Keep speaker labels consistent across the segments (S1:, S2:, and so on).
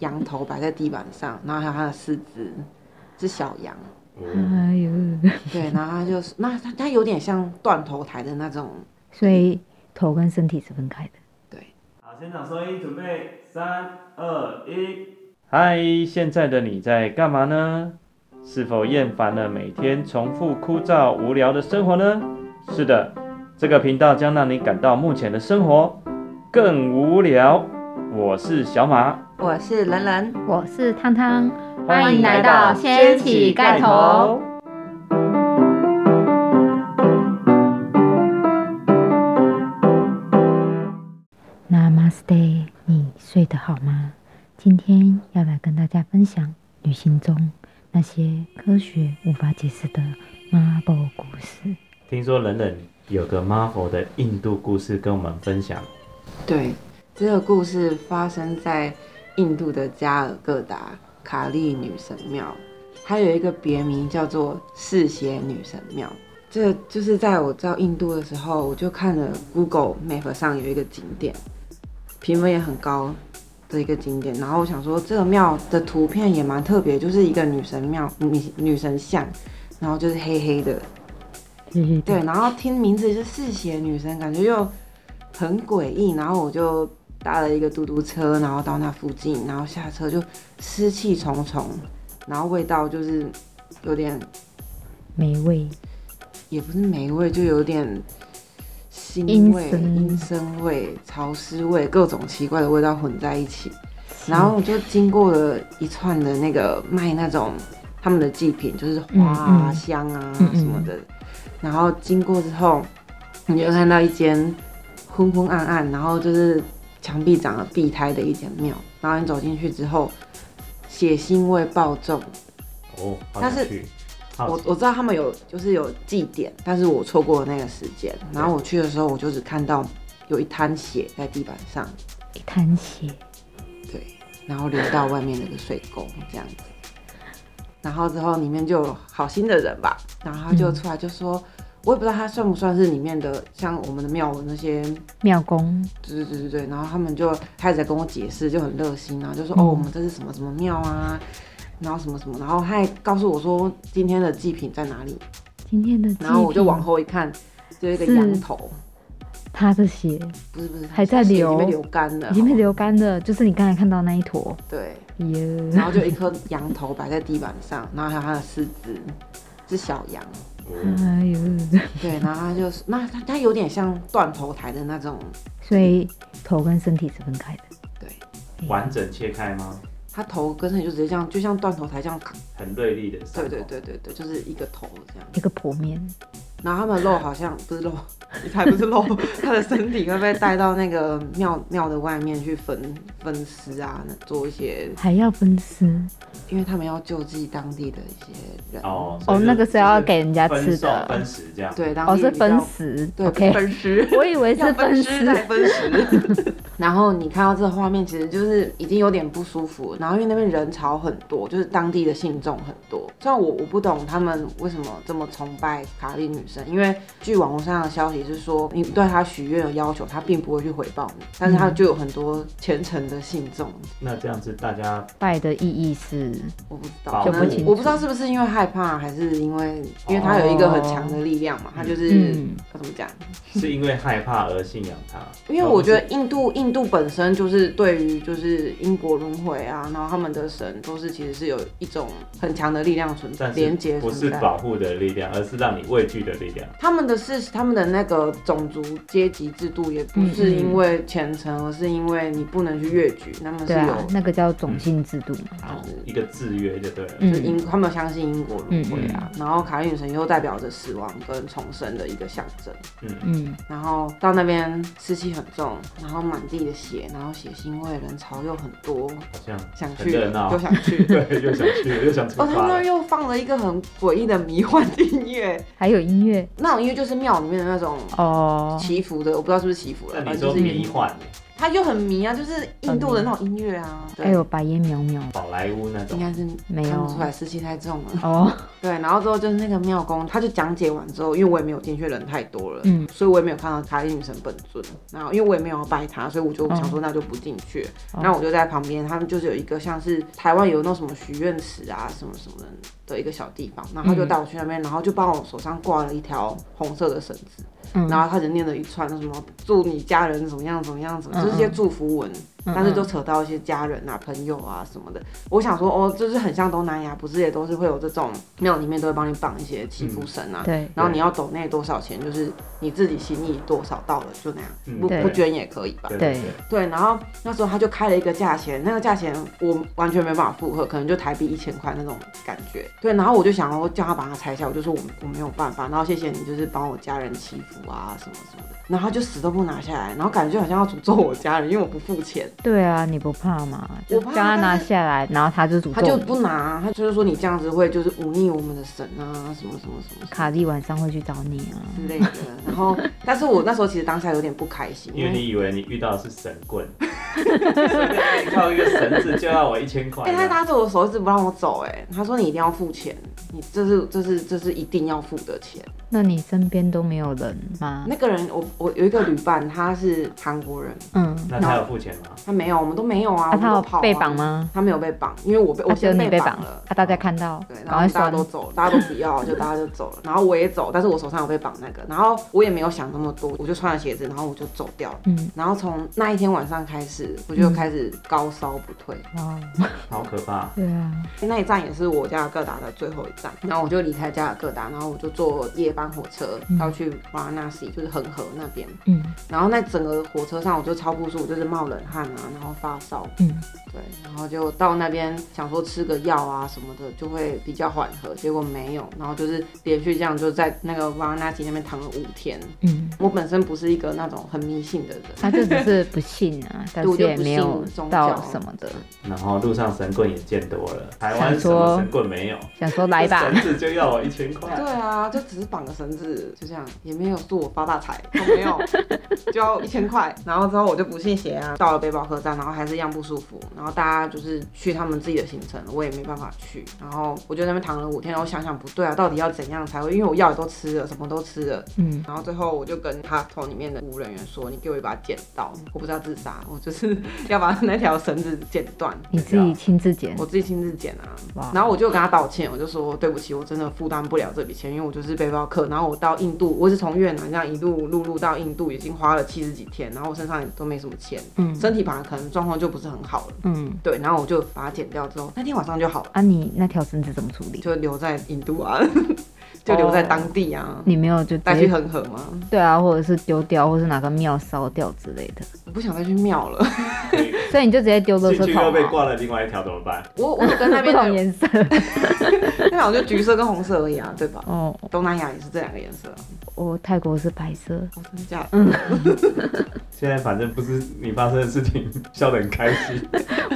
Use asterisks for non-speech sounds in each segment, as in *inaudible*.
S1: 羊头摆在地板上，然后还有它的四肢是小 *laughs* 羊，
S2: 嗯，
S3: 哎呦，
S1: 对，然后它就是那它它有点像断头台的那种，
S3: 所以头跟身体是分开的。
S4: 好，现场收音，准备，三、二、一。嗨，现在的你在干嘛呢？是否厌烦了每天重复枯燥无聊的生活呢？是的，这个频道将让你感到目前的生活更无聊。我是小马，
S1: 我是人人，
S3: 我是汤汤，
S4: 欢迎来到
S3: 掀
S4: 起
S3: 盖
S4: 头。
S3: Namaste，你睡得好吗？今天要来跟大家分享旅行中那些科学无法解释的 marble 故事。
S4: 听说冷冷有个 Marvel 的印度故事跟我们分享，
S1: 对，这个故事发生在印度的加尔各答卡利女神庙，还有一个别名叫做嗜血女神庙。这就是在我到印度的时候，我就看了 Google Map 上有一个景点，评分也很高的一个景点。然后我想说，这个庙的图片也蛮特别，就是一个女神庙女女神像，然后就是黑黑的，
S3: 对
S1: 对，
S3: 对对，
S1: 然后听名字就嗜血女神，感觉又很诡异。然后我就搭了一个嘟嘟车，然后到那附近，然后下车就湿气重重，然后味道就是有点，
S3: 美味
S1: 也不是霉味，就有点腥
S3: 阴
S1: 味、
S3: 森
S1: 阴森味、潮湿味，各种奇怪的味道混在一起。然后我就经过了一串的那个卖那种他们的祭品，就是花
S3: 嗯
S1: 啊、
S3: 嗯
S1: 香啊
S3: 嗯嗯
S1: 什么的。然后经过之后，你就看到一间昏昏暗暗，然后就是墙壁长了壁胎的一间庙。然后你走进去之后，血腥味爆重。
S4: 哦，好
S1: 但
S4: 想
S1: 是
S4: 去。
S1: 我
S4: 好奇，
S1: 我知道他们有就是有祭典，但是我错过了那个时间。然后我去的时候，我就只看到有一滩血在地板上，
S3: 一滩血，
S1: 对，然后流到外面那个水沟这样子。然后之后里面就有好心的人吧，然后他就
S3: 嗯
S1: 出来就说，我也不知道他算不算是里面的像我们的庙文那些，
S3: 妙公
S1: 对对对对对。然后他们就开始跟我解释，就很热心，然后就说、
S3: 嗯
S1: 哦，我们这是什么什么庙啊，然后什么什么，然后他还告诉我说今天的祭品在哪里，
S3: 今天的，
S1: 然后我就往，后一看，就一个羊头，
S3: 他的血
S1: 不是不是，
S3: 还在
S1: 血
S3: 流
S1: 已经被流干了，
S3: 已经被流干的，就是你刚才看到那一坨。
S1: 对。然
S3: 耶，
S1: 后就一颗羊头摆在地板上，然后还有它的四肢是小羊，
S4: 嗯
S3: 哎呦，
S1: 对，然后它就是那它它有点像断头台的那种，
S3: 所以头跟身体是分开的。
S1: 对
S3: 哎呀，
S4: 完整切开吗？
S1: 它头跟身就直接这样，就像断头台这样卡，
S4: 很锐利的伤
S1: 对
S4: 口。
S1: 对对对对，就是一个头这样。
S3: 一个剖面，
S1: 然后它们的肉好像不是肉，才不是肉，它的身体会被带到那个庙庙的外面去分分尸啊，做一些，
S3: 还要分尸
S1: 因为他们要救济当地的一些人。
S4: 哦，所以
S3: 哦，
S4: 就
S3: 那个是要给人家
S4: 分
S3: 吃
S4: 送分
S3: 的，
S4: 食这样。
S1: 对，当
S3: 哦，
S1: 地
S3: 是
S1: 比较
S3: 分食
S1: 对
S3: ，OK，
S1: 分
S3: *laughs*
S1: 尸。
S3: 我以为
S1: 要
S3: 是分
S1: 尸
S3: 尸，
S1: 再分尸。 *laughs* 然后你看到这个画面，其实就是已经有点不舒服。然后因为那边人潮很多，就是当地的信众很多。虽然我我不懂他们为什么这么崇拜卡利女神，因为据网络上的消息是说，你对她许愿有要求，她并不会去回报你，但是她就有很多虔诚的信众。
S4: 那这样子大家
S3: 拜的意义是
S1: 我不知道，
S4: 保
S1: 可
S3: 护
S1: 能
S3: 清楚
S1: 我不知道是不是因为害怕，还是因为因为她有一个很强的力量嘛，她就是、呃
S3: 嗯
S1: 要怎么讲？
S4: 是因为害怕而信仰它，
S1: 因为我觉得印度印度本身就是对于就是因果轮回啊，然后他们的神都是其实是有一种很强的力量存在，
S4: 但
S1: 连接
S4: 是不是
S1: 存在。
S4: 保护的力量，而是让你畏惧的力量。
S1: 他们的是他们的那个种族阶级制度，也不是
S3: 嗯嗯
S1: 因为虔诚，而是因为你不能去越矩，他们是
S3: 对
S1: 有
S3: 啊，那个叫种姓制度嘛，
S4: 好，一个制约就对了。
S3: 嗯
S1: 就是因他们相信因果轮回啊。然后卡利女神又代表着死亡跟重生的一个象征。
S4: 嗯，
S3: 嗯，
S1: 然后到那边湿气很重，然后满地的血，然后血腥味，人潮又很多，
S4: 好像 *laughs*
S1: 想
S4: 很
S1: 去
S4: 热闹。
S1: 就，想去
S4: *laughs* 对，又想去，又想出
S1: 哦，他
S4: 发
S1: 那儿 *laughs*
S4: 了。
S1: 又放了一个很诡异的迷幻音乐，
S3: 还有音乐
S1: 那种音乐就是庙里面的那种
S3: 哦，
S1: 祈福的，我不知道是不是祈福了，
S4: 那
S1: 反
S4: 你
S1: 正就
S4: 说
S1: 是
S4: 迷幻，
S1: 他就很迷啊，就是印度的那种音乐啊。对，
S3: 还有哎白烟渺渺
S4: 宝莱坞那
S1: 应
S4: 种，
S1: 该啊是
S3: 没
S1: 看
S3: 有
S1: 不出来湿气太重了。 *laughs*
S3: 哦，
S1: 对，然后之后就是那个庙公，他就讲解完之后，因为我也没有进去，人太多了，
S3: 嗯
S1: 所以我也没有看到卡利女神本尊。然后因为我也没有要拜她，所以我就想说那就不进去。
S3: 哦
S1: 那我就在旁边，他们就是有一个像是台湾有那种什么许愿池啊什么什么的一个小地方，然后他就带我去那边，然后就帮我手上挂了一条红色的绳子，
S3: 嗯
S1: 然后他就念了一串什么祝你家人怎么样怎么样怎么样，就是一些祝福文，
S3: 嗯
S1: 但是
S3: 嗯
S1: 就扯到一些家人啊、朋友啊什么的。我想说，哦，就是很像东南亚，不是也都是会有这种庙里面都会帮你绑一些祈福绳啊。
S3: 嗯对，
S1: 然后你要抖那多少钱，就是你自己心意多少到了就那样，
S4: 嗯
S1: 不
S3: 对
S1: 不捐也可以吧。
S3: 对
S4: 对，
S1: 对，然后那时候他就开了一个价钱，那个价钱我完全没办法负荷，可能就台币一千块那种感觉。对，然后我就想要叫他把它拆下，我就说我我没有办法，然后谢谢你就是帮我家人祈福啊什么什么的，然后他就死都不拿下来，然后感觉就好像要诅咒我家人，因为我不付钱，
S3: 对啊，你不怕吗？就
S1: 我怕
S3: 刚刚拿
S1: 但是
S3: 下来，然后他就诅
S1: 他就
S3: 咒
S1: 不
S3: 你。
S1: 拿，啊他就是说你这样子会就是忤逆我们的神啊什么什么什么什么
S3: 卡莉晚上会去找你啊，
S1: 之类的。然后，但是我那时候其实当下有点不开心，
S4: 因为你以为你遇到的是神棍， *laughs* 随便靠一个绳子就要我一千块
S1: 哎、，他拉着我手一直不让我走、哎，他说你一定要付钱，你这是这是这是一定要付的钱。
S3: 那你身边都没有人吗？
S1: 那个人，我我有一个旅伴，他是韩国人，
S3: 嗯，
S4: 那他有付钱吗？
S1: 他没有，我们都没有啊，
S3: 啊
S1: 我们
S3: 他有
S1: 都跑、啊、
S3: 被绑？吗？
S1: 他没有被绑，因为我被我
S3: 啊只有
S1: 先
S3: 你被
S1: 绑
S3: 绑
S1: 了，
S3: 啊，大家看到，
S1: 对，
S3: 赶
S1: 然后
S3: 快
S1: 大家
S3: 删
S1: 都。走了，大家都不要，就大家就走了。然后我也走，但是我手上有被绑那个，然后我也没有想那么多，我就穿了鞋子，然后我就走掉了。
S3: 嗯，
S1: 然后从那一天晚上开始，我就开始高烧不退。
S3: 哦，
S4: 好可怕！
S3: *laughs* 对啊，
S1: 那一站也是我家各达的最后一站，然后我就离开家各达，然后我就坐夜班火车
S3: 嗯
S1: 要去瓦拉纳西，就是恒河那边。
S3: 嗯
S1: 然后那整个火车上我就超不舒服，就是冒冷汗啊，然后发烧，
S3: 嗯，
S1: 对，然后就到那边想说吃个药啊什么的就会比较缓和，结果没有，然后就是连续这样就在那个瓦拉纳西那边躺了五天。
S3: 嗯，
S1: 我本身不是一个那种很迷信的人，
S3: *laughs* 他就只是不信啊，但
S1: 我
S3: 是
S1: 就
S3: 也
S1: 不
S3: 没
S1: 信
S3: 有
S1: 宗
S3: 到
S1: 教
S3: 什么的，
S4: 然后路上神棍也见多了，台湾
S3: 想
S4: 什
S3: 说
S4: 么神棍没有？
S3: 想说来吧，
S4: 绳子就要我一千块
S1: 对，啊，就只是绑个绳子，就这样，也没有说我发大 *laughs* 财，都没有，就要一千块。然后之后我就不信邪啊，到了北保客栈，然后还是一样不舒服。然后大家就是去他们自己的行程，我也没办法去。然后我就在那边躺了五天，然后想想不对啊，到底要怎样才会？因为我药也都吃了，什么都吃了。
S3: 嗯，
S1: 然后最后我就跟他头里面的服务人员说：“你给我一把剪刀，我不是要自杀，我就是要把那条绳子剪断。”
S3: 你自己亲自剪
S1: 我，自己亲自剪啊
S3: 哇。
S1: 然后我就跟他道歉，我就说对不起，我真的负担不了这笔钱，因为我就是背包客。然后我到印度，我是从越南这样一路陆路到印度，已经花了七十几天，然后我身上也都没什么钱，
S3: 嗯
S1: 身体本来可能状况就不是很好了。
S3: 嗯，
S1: 对，然后我就把它剪掉之后，那天晚上就好了，
S3: 啊，你那条绳子怎么处理？
S1: 就留在印度
S3: *laughs*
S1: 啊，就留在当地啊。
S3: 你没有就直
S1: 带去
S3: 接
S1: 恒河吗？
S3: 对啊，或者是丢掉，或是哪个庙烧掉之类的，
S1: 我不想再去庙了。
S3: 所以你就直接丢垃
S4: 进
S3: 圾
S4: 去又被
S3: 桶嘛。啊
S4: 挂了另外一条怎么办？
S1: 我我有跟那
S3: 不
S1: 边
S3: 同
S1: 的，
S3: 颜色
S1: *laughs*
S3: *laughs*
S1: 那好像就橘色跟红色而已啊，对吧？
S3: 哦，
S1: 东南亚也是这两个颜色啊。
S3: 我泰国是白色，
S1: 哦，真的假的？
S4: 现在反正不是你发生的事情， *laughs* 笑得很开心。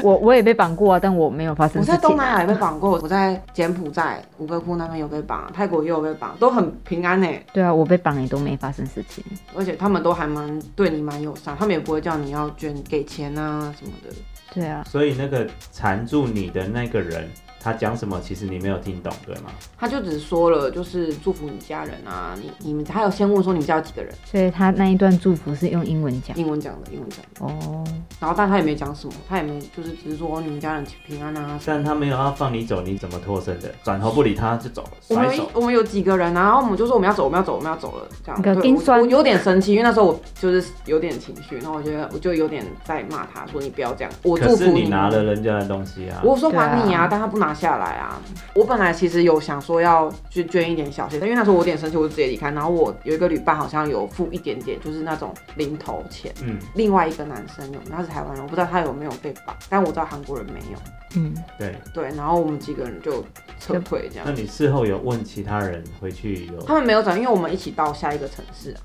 S3: 我我也被绑过啊，但我没有发生
S1: 我
S3: 事
S1: 在
S3: 情。啊
S1: 东南亚也被绑过，我在柬埔寨吴哥窟那边有被绑，泰国也有被绑，都很平安呢、欸
S3: 对啊，我被绑也都没发生事情。
S1: 而且他们都还蛮对你蛮友善，他们也不会叫你要捐给钱啊什么的。
S3: 对啊，
S4: 所以那个缠住你的那个人，他讲什么，其实你没有听懂，对吗？
S1: 他就只说了，就是祝福你家人啊，你你们，他有先问说你们家有几个人，
S3: 所以他那一段祝福是用英文讲。
S1: 英文讲的，英文讲的，
S3: 哦，
S1: 然后但他也没讲什么，他也没就是只是说你们家人平安啊。
S4: 但他没有要放你走，你怎么脱身的？转头不理他就走了，
S1: 我
S4: 甩
S1: 们有
S4: 手。
S1: 我们有几个人啊、然后我们就说我们要走，我们要走，我们要走了，这样。
S3: 那个
S1: 对
S3: 冰
S1: 我
S3: 酸
S1: 我有点生气，因为那时候我就是有点情绪，然后我觉得我就有点在骂他，说你不要这样，我祝
S4: 可
S1: 福
S4: 是
S1: 你
S4: 你拿了人家的东西啊，
S1: 我有说还你
S3: 对
S1: 啊，
S3: 啊
S1: 但他不拿下来啊。我本来其实有想说要去捐一点小钱，但因为那时候我有点生气，我就直接离开。然后我有一个旅伴好像有付一点点，就是那种零头钱。
S4: 嗯，
S1: 另外一个男生有，他是台湾人，我不知道他有没有被绑，但我知道韩国人没有。
S3: 嗯，
S4: 对。
S1: 对，然后我们几个人就撤退这样
S4: 那。你事后有问其他人回去有？
S1: 他们没有转，因为我们一起到下一个城市啊，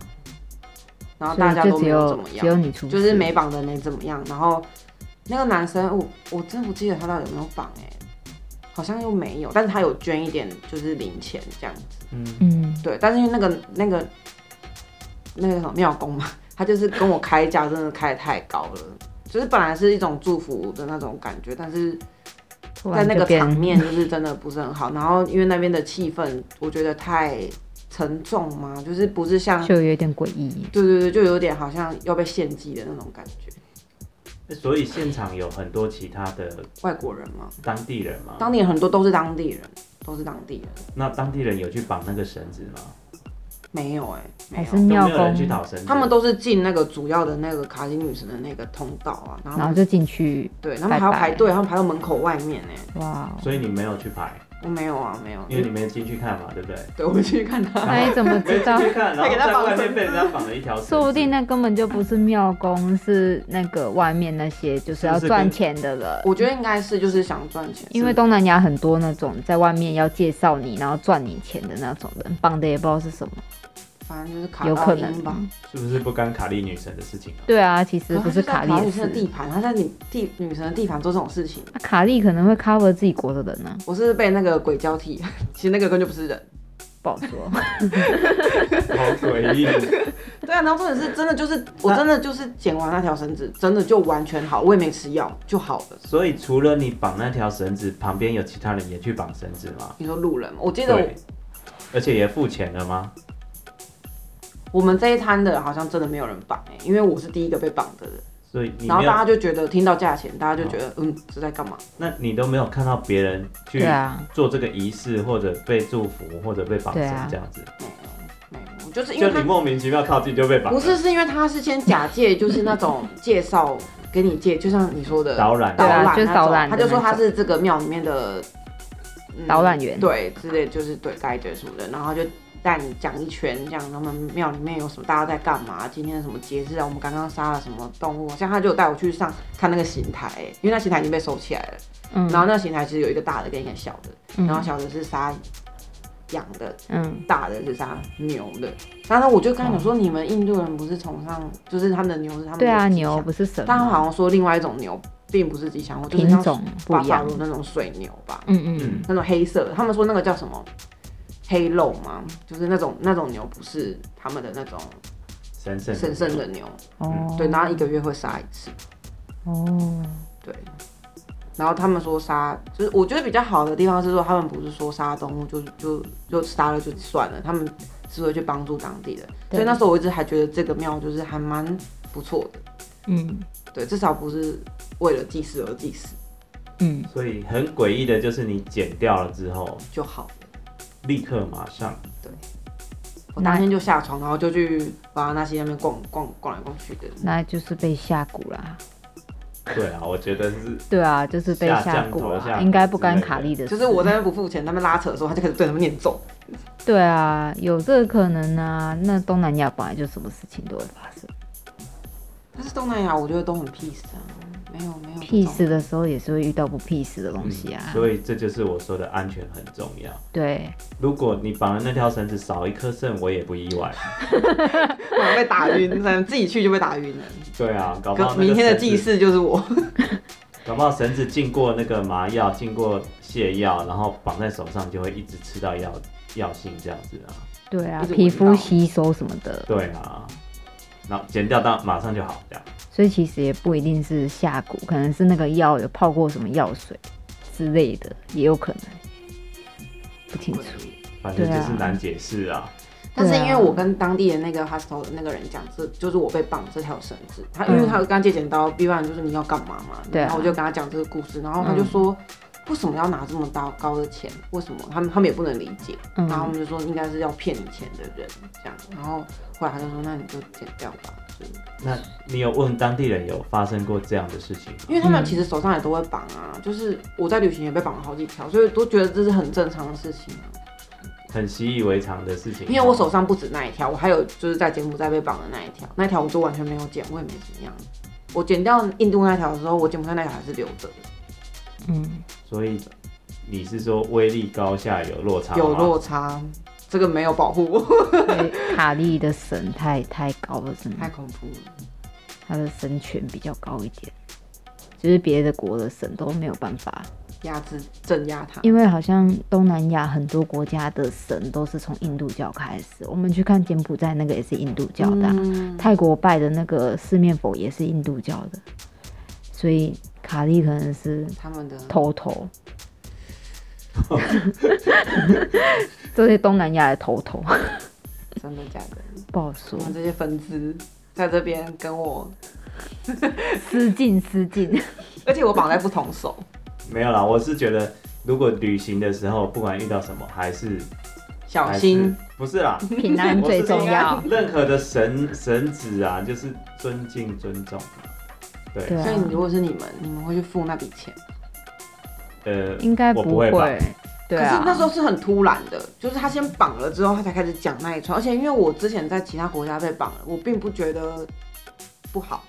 S1: 然后
S3: 所
S1: 大
S3: 以
S1: 家
S3: 就
S1: 都
S3: 只
S1: 没有怎
S3: 有
S1: 么
S3: 只有
S1: 样，
S3: 你出事，
S1: 就是没绑的没怎么样。然后那个男生，我我真不记得他到底有没有绑哎、好像又没有，但是他有捐一点就是零钱这样子。
S4: 嗯，
S3: 嗯，
S1: 对，但是因为那个那个那个什么庙公嘛， *laughs* 他就是跟我开价真的开的太高了，就是本来是一种祝福的那种感觉，但是
S3: 突
S1: 在
S3: 然
S1: 那
S3: 就
S1: 个
S3: 变
S1: 场面就是真的不是很好。然后因为那边的气氛，我觉得太沉重嘛，就是不是像
S3: 就有点诡异。
S1: 啊对对对，就有点好像要被献祭的那种感觉。
S4: 所以现场有很多其他的
S1: 外国人嘛，
S4: 当地人嘛，
S1: 当地人很多都是当地人，都是当地人，
S4: 那当地人有去绑那个绳子吗？
S1: 没有哎、
S3: 还
S1: 没
S3: 是
S1: 有。
S4: 有
S3: 庙
S4: 没有人去
S3: 公，
S4: 讨绳子？
S1: 他们都是进那个主要的那个卡西女神的那个通道啊，然后
S3: 然后就进去，
S1: 对，他们还要排队，他们排到门口外面呢、
S3: 哇哦！
S4: 所以你没有去排，
S1: 我没有啊，没有，
S4: 因为你没进去看嘛，对不对？
S1: 对啊我去看他， *laughs*
S3: 那哎你怎么知道
S4: 没？进去看，然
S1: 还
S4: 后
S1: 给他
S4: 在
S1: 绑
S4: 外面
S1: 绳
S4: 被人家绑了一条绳子，
S3: *laughs* 说不定那根本就不是庙公，是那个外面那些就是要
S4: 是不是跟
S3: 赚钱的人。
S1: 我觉得应该是就是想赚钱，
S3: 因为东南亚很多那种在外面要介绍你，然后赚你钱的那种人，绑的也不知道是什么，
S1: 反正就是卡
S3: 有
S1: 到
S3: 可
S1: 音
S3: 能
S1: 吧。
S4: 是不是不干卡利女神的事情啊？
S3: 对啊，其实
S1: 可
S3: 不
S1: 是
S3: 是
S1: 他
S3: 卡
S1: 就在卡
S3: 利
S1: 女
S3: 也
S1: 生的
S3: 是
S1: 地，盘，他在你地女神的地盘做这种事情，
S3: 啊卡利可能会 cover 自己国的人呢、啊
S1: 我是被那个鬼交替，其实那个根本就不是
S3: *laughs*
S1: 人。
S3: 不好说。
S4: 好诡异，
S1: 对啊，然后重点是真的就是我真的就是剪完那条绳子，真的就完全好，我也没吃药就好了。
S4: 所以除了你绑那条绳子，旁边有其他人也去绑绳子吗？
S1: 你说路人吗，我记得
S4: 对
S1: 我，
S4: 而且也付钱了吗？
S1: 我们这一摊的好像真的没有人绑哎、因为我是第一个被绑的人，
S4: 所以你
S1: 然后
S4: 没
S1: 大
S4: 有，
S1: 家
S4: 啊
S1: 就觉得听到价钱，大家就觉得嗯是在干嘛？
S4: 那你都没有看到别人去
S3: 对啊，
S4: 做这个仪式，或者被祝福，或者被绑
S3: 对啊
S4: 绳这样子，
S1: 没有没有，我就是因
S4: 就
S1: 为
S4: 你
S1: 他
S4: 莫名其妙靠近就被 *laughs* 绑
S1: 不
S4: 了，
S1: 是是因为他是先假借就是那种介绍给你介，就像你说的
S4: *laughs* 导览
S1: 导览那
S3: 对啊就是
S1: 种
S3: 导览的
S1: 他就说
S3: 那种
S1: 他是这个庙里面的、嗯
S3: 导览员
S1: 对，之类就是对 guide 什么的，嗯然后就带你讲一圈，这样他们庙里面有什么，大家在干嘛，今天什么节日啊，我们刚刚杀了什么动物，像他就有带我去上看那个刑台，因为那刑台已经被收起来了，
S3: 嗯，
S1: 然后那刑台其实有一个大的跟一个小的，然后小的是杀羊的，
S3: 嗯，
S1: 大的是杀牛的，然后我就跟他讲说，你们印度人不是崇尚，就是他们的牛是他们的
S3: 哦对啊，
S1: 吉
S3: 牛
S1: 祥，
S3: 不是神
S1: 但他
S3: 吗
S1: 好像说另外一种牛并不是吉祥物，就是
S3: 品
S1: 像
S3: 种不
S1: 巴
S3: 一
S1: 法
S3: 样
S1: 罗。那种水牛吧，
S3: 嗯嗯嗯
S4: 嗯，
S1: 那种黑色的，他们说那个叫什么黑肉嘛，就是那种那种牛不是他们的那种
S4: 神圣
S1: 神圣的牛，
S3: 哦，
S1: 嗯对，然后一个月会杀一次，
S3: 哦，
S1: 对。然后他们说杀，就是我觉得比较好的地方是说，他们不是说杀动物就就就杀了就算了，他们是会去帮助当地人。
S3: 对
S1: 所以那时候我一直还觉得这个庙就是还蛮不错的，
S3: 嗯
S1: 对，至少不是为了祭祀而祭祀
S3: 嗯，
S4: 所以很诡异的就是你剪掉了之后，
S1: 就好了。
S4: 立刻马上
S1: 我当天就下床，然后就去把那些那边逛逛逛来逛去的，
S3: 那就是被下蛊啦。
S4: 对啊，我觉得是
S3: 对啊，就是被
S4: 下
S3: 下
S4: 降
S3: 蛊
S4: 头下
S3: 啦，应该不干
S4: 之类的
S3: 卡利的
S1: 就
S3: 事。
S1: 是我在那边不付钱，他们拉扯的时候，他就开始对他们念咒。
S3: 对啊，有这个可能啊。那东南亚本来就什么事情都会发生，
S1: 但是东南亚我觉得都很 peace 啊，没有没有
S3: 屁
S1: 这种
S3: 事的时候也是会遇到不屁事的东西啊。
S4: 嗯所以这就是我说的安全很重要。
S3: 对，
S4: 如果你绑了那条绳子少一颗肾，我也不意外。
S1: 我被打晕，反正自己去就被打晕了。
S4: 对啊，搞不 *laughs* 好
S1: 可
S4: 那个
S1: 明天的
S4: 绳子
S1: 祭，祀就是我，
S4: 搞不好绳子经过那个麻药，经过泻药，然后绑在手上就会一直吃到药药性这样子啊。
S3: 对啊
S1: 一，直闻
S3: 皮肤
S1: 到
S3: 吸收什么的，
S4: 对啊，然后剪掉当马上就好这样。
S3: 所以其实也不一定是下蛊，可能是那个药有泡过什么药水之类的，也有可能，不清楚。
S4: 反正就是
S3: 对啊
S4: 难解释啊。
S1: 但是因为我跟当地的那个 hostel 的那个人讲，这就是我被绑这条绳子。他因为他刚借剪刀，必然就是你要干嘛嘛。
S3: 嗯对啊嗯
S1: 然后我就跟他讲这个故事，然后他就说。为什么要拿这么高高的钱？为什么他们他们也不能理解？
S3: 嗯
S1: 然后我们就说应该是要骗你钱的人这样。然后后来他就说那你就剪掉吧，就是
S4: 那你有问当地人有发生过这样的事情吗？
S1: 因为他们其实手上也都会绑啊。就是我在旅行也被绑了好几条，所以都觉得这是很正常的事情啊。
S4: 很习以为常的事情。
S1: 因为我手上不止那一条，我还有就是在柬埔寨被绑的那一条，那一条我就完全没有剪，我也没怎么样。我剪掉印度那条的时候，我柬埔寨那条还是留着的，
S3: 嗯，
S4: 所以你是说威力高下有落差吗？
S1: 有落差，哦这个没有保护我，
S3: 所以卡利的神太太高了，真的
S1: 太，恐怖了。
S3: 他的神权比较高一点，就是别的国的神都没有办法
S1: 压制镇压它。
S3: 因为好像东南亚很多国家的神都是从印度教开始，我们去看柬埔寨那个也是印度教的啊、
S1: 嗯
S3: 泰国拜的那个四面佛也是印度教的，所以卡利可能是
S1: 他们的
S3: 头头， *laughs* 这些东南亚的头头
S1: 真的假的？
S3: 不好说
S1: 我，们这些分支在这边跟我，
S3: 失敬失敬。
S1: *laughs* 而且我绑在不同 *laughs* 手，
S4: 没有啦，我是觉得如果旅行的时候，不管遇到什么，还是
S1: 小
S4: 还是
S1: 心。
S4: 不是啦，
S3: 平安最重要
S4: 我。是说应该任何的神神旨啊，就是尊敬尊重。对，
S3: 对
S1: 所以
S3: 啊，
S1: 如果是你们，你们会去付那笔钱？
S4: 呃，
S3: 应该
S4: 我
S3: 不
S4: 会吧？
S3: 会。对
S1: 可是那时
S3: 啊，
S1: 候是很突然的，就是他先绑了之后，他才开始讲那一串。而且因为我之前在其他国家被绑了，我并不觉得不好，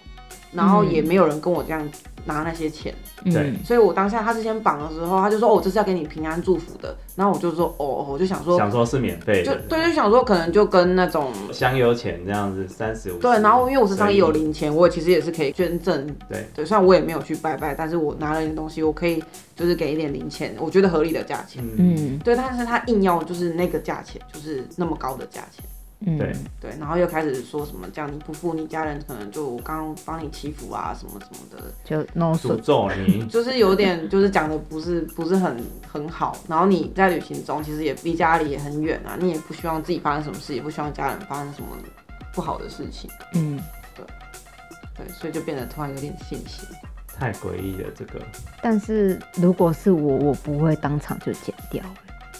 S1: 然后也没有人跟我这样拿那些钱，
S4: 对
S3: 嗯，
S1: 所以我当下他之前绑的时候，他就说：“哦，我这是要给你平安祝福的。”然后我就说：“哦，哦我就想说，
S4: 呃想说是免费
S1: 就
S4: 的，
S1: 对，就想说可能就跟那种
S4: 香油钱这样子三十五。
S1: 对，然后因为我身上也有
S4: 所以
S1: 零钱，我其实也是可以捐赠。
S4: 对
S1: 对，虽然我也没有去拜拜，但是我拿了一点东西，我可以就是给一点零钱，我觉得合理的价钱。
S4: 嗯，
S3: 嗯
S1: 对，但是他硬要就是那个价钱，就是那么高的价钱。
S3: 嗯，
S4: 对
S1: 对，然后又开始说什么这样你不付你家人，可能就我刚刚帮你祈福啊什么什么的，，
S3: 就 no
S4: 诅
S3: 损。
S4: 咒你
S1: 就是有点就是讲的不是不是很很好。然后你在旅行中其实也离家里也很远啊，你也不希望自己发生什么事，也不希望家人发生什么不好的事情。
S3: 嗯，
S1: 对，所以就变得突然有点信心。
S4: 太诡异了，这个
S3: 但是如果是我，我不会当场就剪掉。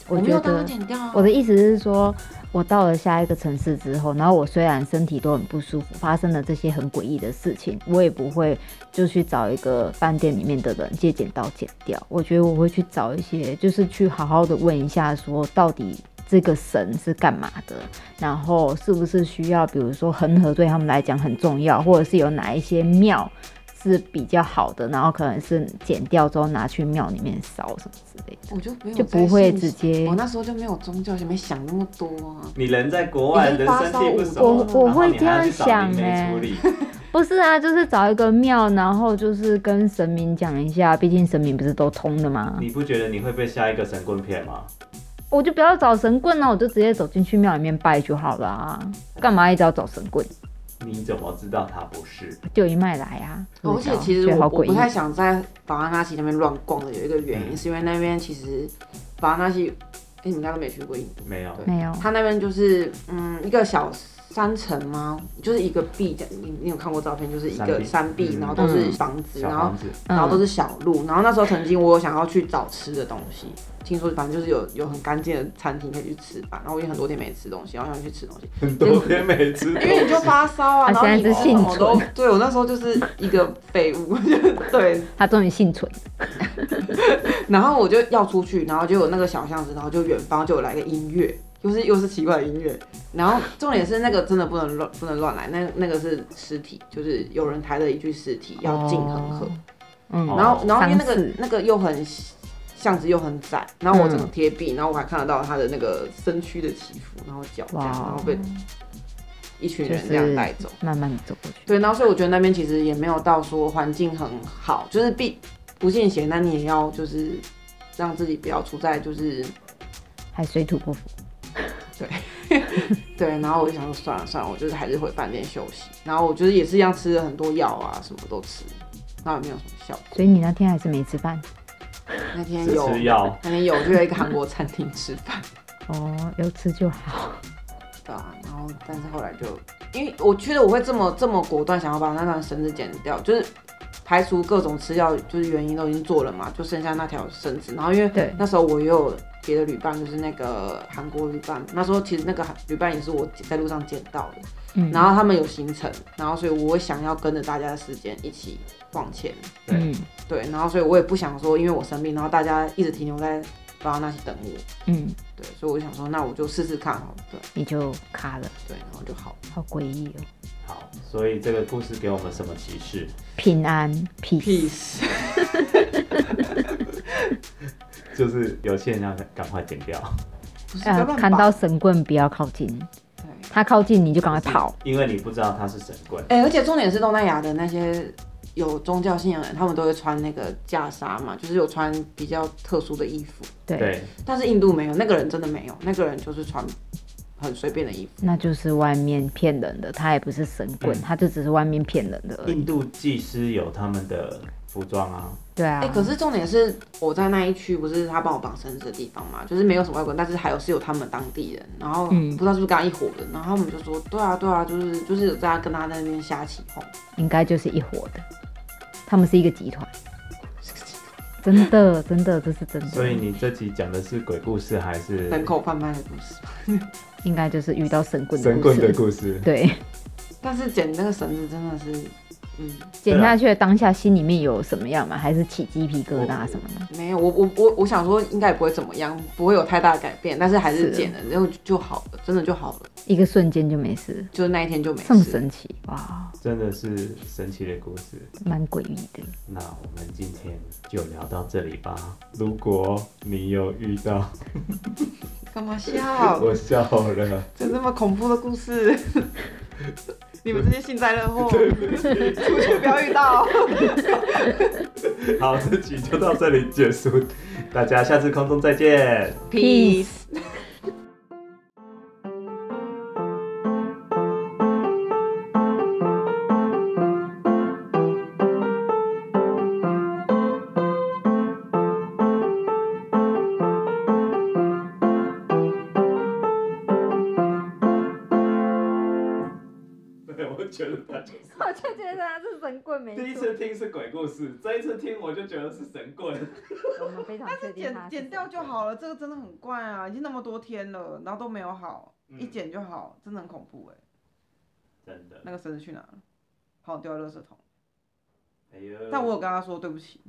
S3: 我
S1: 没
S3: 觉
S1: 有当
S3: 得
S1: 场剪掉啊，
S3: 我的意思是说，我到了下一个城市之后，然后我虽然身体都很不舒服，发生了这些很诡异的事情，我也不会就去找一个饭店里面的人借剪刀剪掉。我觉得我会去找一些，就是去好好的问一下，说到底这个神是干嘛的，然后是不是需要，比如说恒河对他们来讲很重要，或者是有哪一些庙。是比较好的，然后可能是剪掉之后拿去庙里面烧什么之类的，
S1: 我就没有
S3: 就
S1: 在
S3: 不会
S1: 信
S3: 直接
S1: 我那时候就没有宗教，也没想那么多啊。
S4: 你人在国外，
S1: 已经
S4: 人
S1: 发
S4: 生
S1: 烧
S4: 地不
S1: 五
S4: 熟，
S1: 我
S3: 我
S4: 然后
S3: 会
S4: 你
S3: 这
S4: 还要
S3: 样
S4: 去找
S3: 想
S4: 灵媒
S3: 欸
S4: 处理
S3: 不是啊，就是找一个庙，然后就是跟神明讲一下，毕竟神明不是都通的吗？
S4: 你不觉得你会被下一个神棍骗吗？
S3: 我就不要找神棍了，我就直接走进去庙里面拜就好了啊，干嘛一直要找神棍？
S4: 你怎么知道他不是？
S3: 就一脉来啊！
S1: 哦而且其实
S3: 觉得
S1: 我
S3: 好
S1: 我
S3: 诡
S1: 不太
S3: 异，
S1: 想在法拉纳西那边乱逛的，有一个原因、
S4: 嗯
S1: 是因为那边其实法拉纳西，哎、你们应该都没去过印度，
S4: 没有，
S3: 没有，
S1: 它那边就是嗯一个小山城吗？就是一个壁这样，你你有看过照片，就是一个山
S4: 山壁
S1: 壁，
S4: 嗯
S1: 然后都是房子，
S4: 小
S1: 然后
S4: 房子
S1: 然后都
S3: 嗯
S1: 是小路，然后那时候曾经我有想要去找吃的东西，听说反正就是有有很干净的餐厅可以去吃吧，然后我也很多天没吃东西，然后想去吃东西，
S4: 很多天没吃
S1: *laughs* 因为你就发烧啊，
S3: 啊
S1: 然后你
S3: 现在
S1: 吃
S3: 是
S1: 什么
S3: 幸
S1: 都，对我那时候就是一个废物， *laughs* 就是对，
S3: 他终于幸存，
S1: 然后我就要出去，然后就有那个小巷子，然后就远方就有来个音乐，又是又是奇怪的音乐，然后重点是那个真的不能乱不能乱来，那那个是尸体，就是有人抬着一具尸体要进恒河，
S3: 嗯，
S4: 哦
S1: 然后然后因为那
S3: 丧
S1: 个
S3: 事
S1: 那个又很巷子又很窄，然后我整个
S3: 嗯
S1: 贴壁，然后我还看得到他的那个身躯的起伏，然后脚这样，
S3: 哇哦
S1: 然后被一群
S3: 就
S1: 人这样
S3: 是
S1: 带走。
S3: 慢慢走过去，
S1: 对，然后所以我觉得那边其实也没有到说环境很好，就是必不信邪，那你也要就是让自己不要处在就是
S3: 还水土不服，
S1: 对，然后我就想说算了算了，我就是还是回饭店休息，然后我就是也是一样吃了很多药啊，什么都吃，然后也没有什么效果。
S3: 所以你那天还是没吃饭
S1: 那天
S4: 只
S1: 有
S4: 吃药，
S1: 那天有去了一个韩国餐厅吃饭，
S3: 哦，有吃就好，
S1: 对啊，然后但是后来就因为我觉得我会这么这么果断想要把那条绳子剪掉，就是。排除各种吃药就是原因都已经做了嘛，就剩下那条绳子。然后因为
S3: 对，
S1: 那时候我也有别的旅伴，就是那个韩国旅伴。那时候其实那个韩旅伴也是我在路上捡到的，
S3: 嗯，
S1: 然后他们有行程，然后所以我会想要跟着大家的时间一起往前，
S4: 对
S3: 嗯
S1: 对，然后所以我也不想说因为我生病，然后大家一直停留在巴拿那西等我，
S3: 嗯，
S1: 对，所以我就想说那我就试试看好了，对
S3: 你就卡了，
S1: 对，然后就好了。
S3: 好诡异哦，
S4: 好，所以这个故事给我们什么启示？
S3: 平安 peace，
S1: peace，
S4: 就是有些人要赶快剪掉，
S1: *laughs* 不是
S3: 呃
S1: 要，乱
S3: 看
S1: 绑
S3: 到神棍不要靠近，
S1: 对，
S3: 他靠近你就赶快跑。
S4: 因为你不知道他是神棍。
S1: 哎、而且重点是东南亚的那些有宗教信仰的人，他们都会穿那个袈裟嘛，就是有穿比较特殊的衣服。
S3: 对，
S4: 对，
S1: 但是印度没有，那个人真的没有，那个人就是穿很随便的衣服。
S3: 那就是外面骗人的，他也不是神棍，
S4: 嗯
S3: 他就只是外面骗人的而已。
S4: 印度技师有他们的服装啊，
S3: 对啊，
S1: 哎、可是重点是我在那一区，不是他帮我绑绳子的地方嘛，就是没有什么外国人，但是还有是有他们当地人，然后
S3: 嗯
S1: 不知道是不是跟他一伙的，然后他们就说，对啊对啊，就是就是有在跟他在那边瞎起哄，
S3: 应该就是一伙的，他们是一个集 *laughs* 团。真的，真的，这是真的。
S4: 所以你这集讲的是鬼故事还是
S1: 人口贩卖的故事。
S3: 应该就是遇到神棍的
S4: 神
S3: 故
S4: 棍
S3: 事。
S4: 的故事？
S3: 对，
S1: 但是剪那个绳子真的是，嗯，
S4: 啊
S3: 剪下去的当下心里面有什么样吗？还是起鸡皮疙
S4: 哦
S3: 瘩什么的？
S1: 没有，我我我我想说应该也不会怎么样，不会有太大的改变，但是还
S3: 是
S1: 是剪了，然后就就好了，真的就好了，
S3: 一个瞬间就没事，
S1: 就那一天就没
S3: 这么
S1: 事。
S3: 神奇哇，
S4: 真的是神奇的故事。
S3: 蛮诡异的。
S4: 那我们今天就聊到这里吧。如果你有遇到， *laughs*
S1: 干嘛笑？
S4: 我笑了，
S1: 这这么恐怖的故事，
S4: *laughs*
S1: 你们这些幸灾乐祸，出去不要遇到。
S4: 好，这集就到这里结束，大家下次空中再见。
S3: Peace
S4: 对，我觉得他就是
S3: *laughs* 我就觉得他是神棍没
S4: 第一次听是鬼故事，这一次听我就觉得是神棍。
S3: 我们非常确定
S1: 剪
S3: 他
S1: 剪掉就好了，这个真的很怪啊，已经那么多天了，然后都没有好，
S4: 嗯
S1: 一剪就好，真的很恐怖哎、
S4: 真的，
S1: 那个绳子去哪了？好，丢在垃圾桶。
S4: 哎呦，
S1: 但我有跟他说对不起，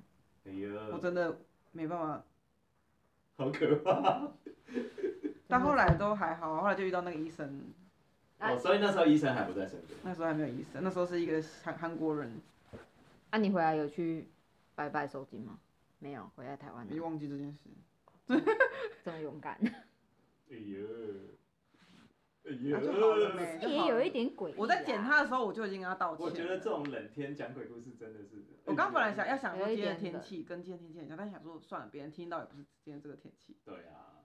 S4: 哎
S1: 我
S4: 呦，
S1: 真的没办法。
S4: 好可怕。
S1: 啊
S3: 嗯
S1: 但后来都还好，后来就遇到那个医生，
S3: 啊
S4: 哦，所以那时候医生还不在身边。
S1: 那时候还没有医生，那时候是一个韩韩国人，
S4: 嗯
S3: 啊，你回来有去拜拜收金吗？没有，回来台湾
S1: 你忘记这件事。
S3: 这么勇敢，
S4: 哎呦，哎
S1: 那啊就好了
S4: 呦，
S1: 呗
S3: 这 *laughs* 也有一点诡异啊。
S1: 我在剪他的时候，我就已经跟他道歉了。
S4: 我觉得这种冷天讲鬼故事真的是。哎
S1: 我刚本来想要想
S3: 有
S1: 说
S3: 一
S1: 今天的
S3: 点
S1: 天
S3: 冷
S1: 气跟今天天气很像，但想说算了，别人听到也不是今天这个天气。
S4: 对啊，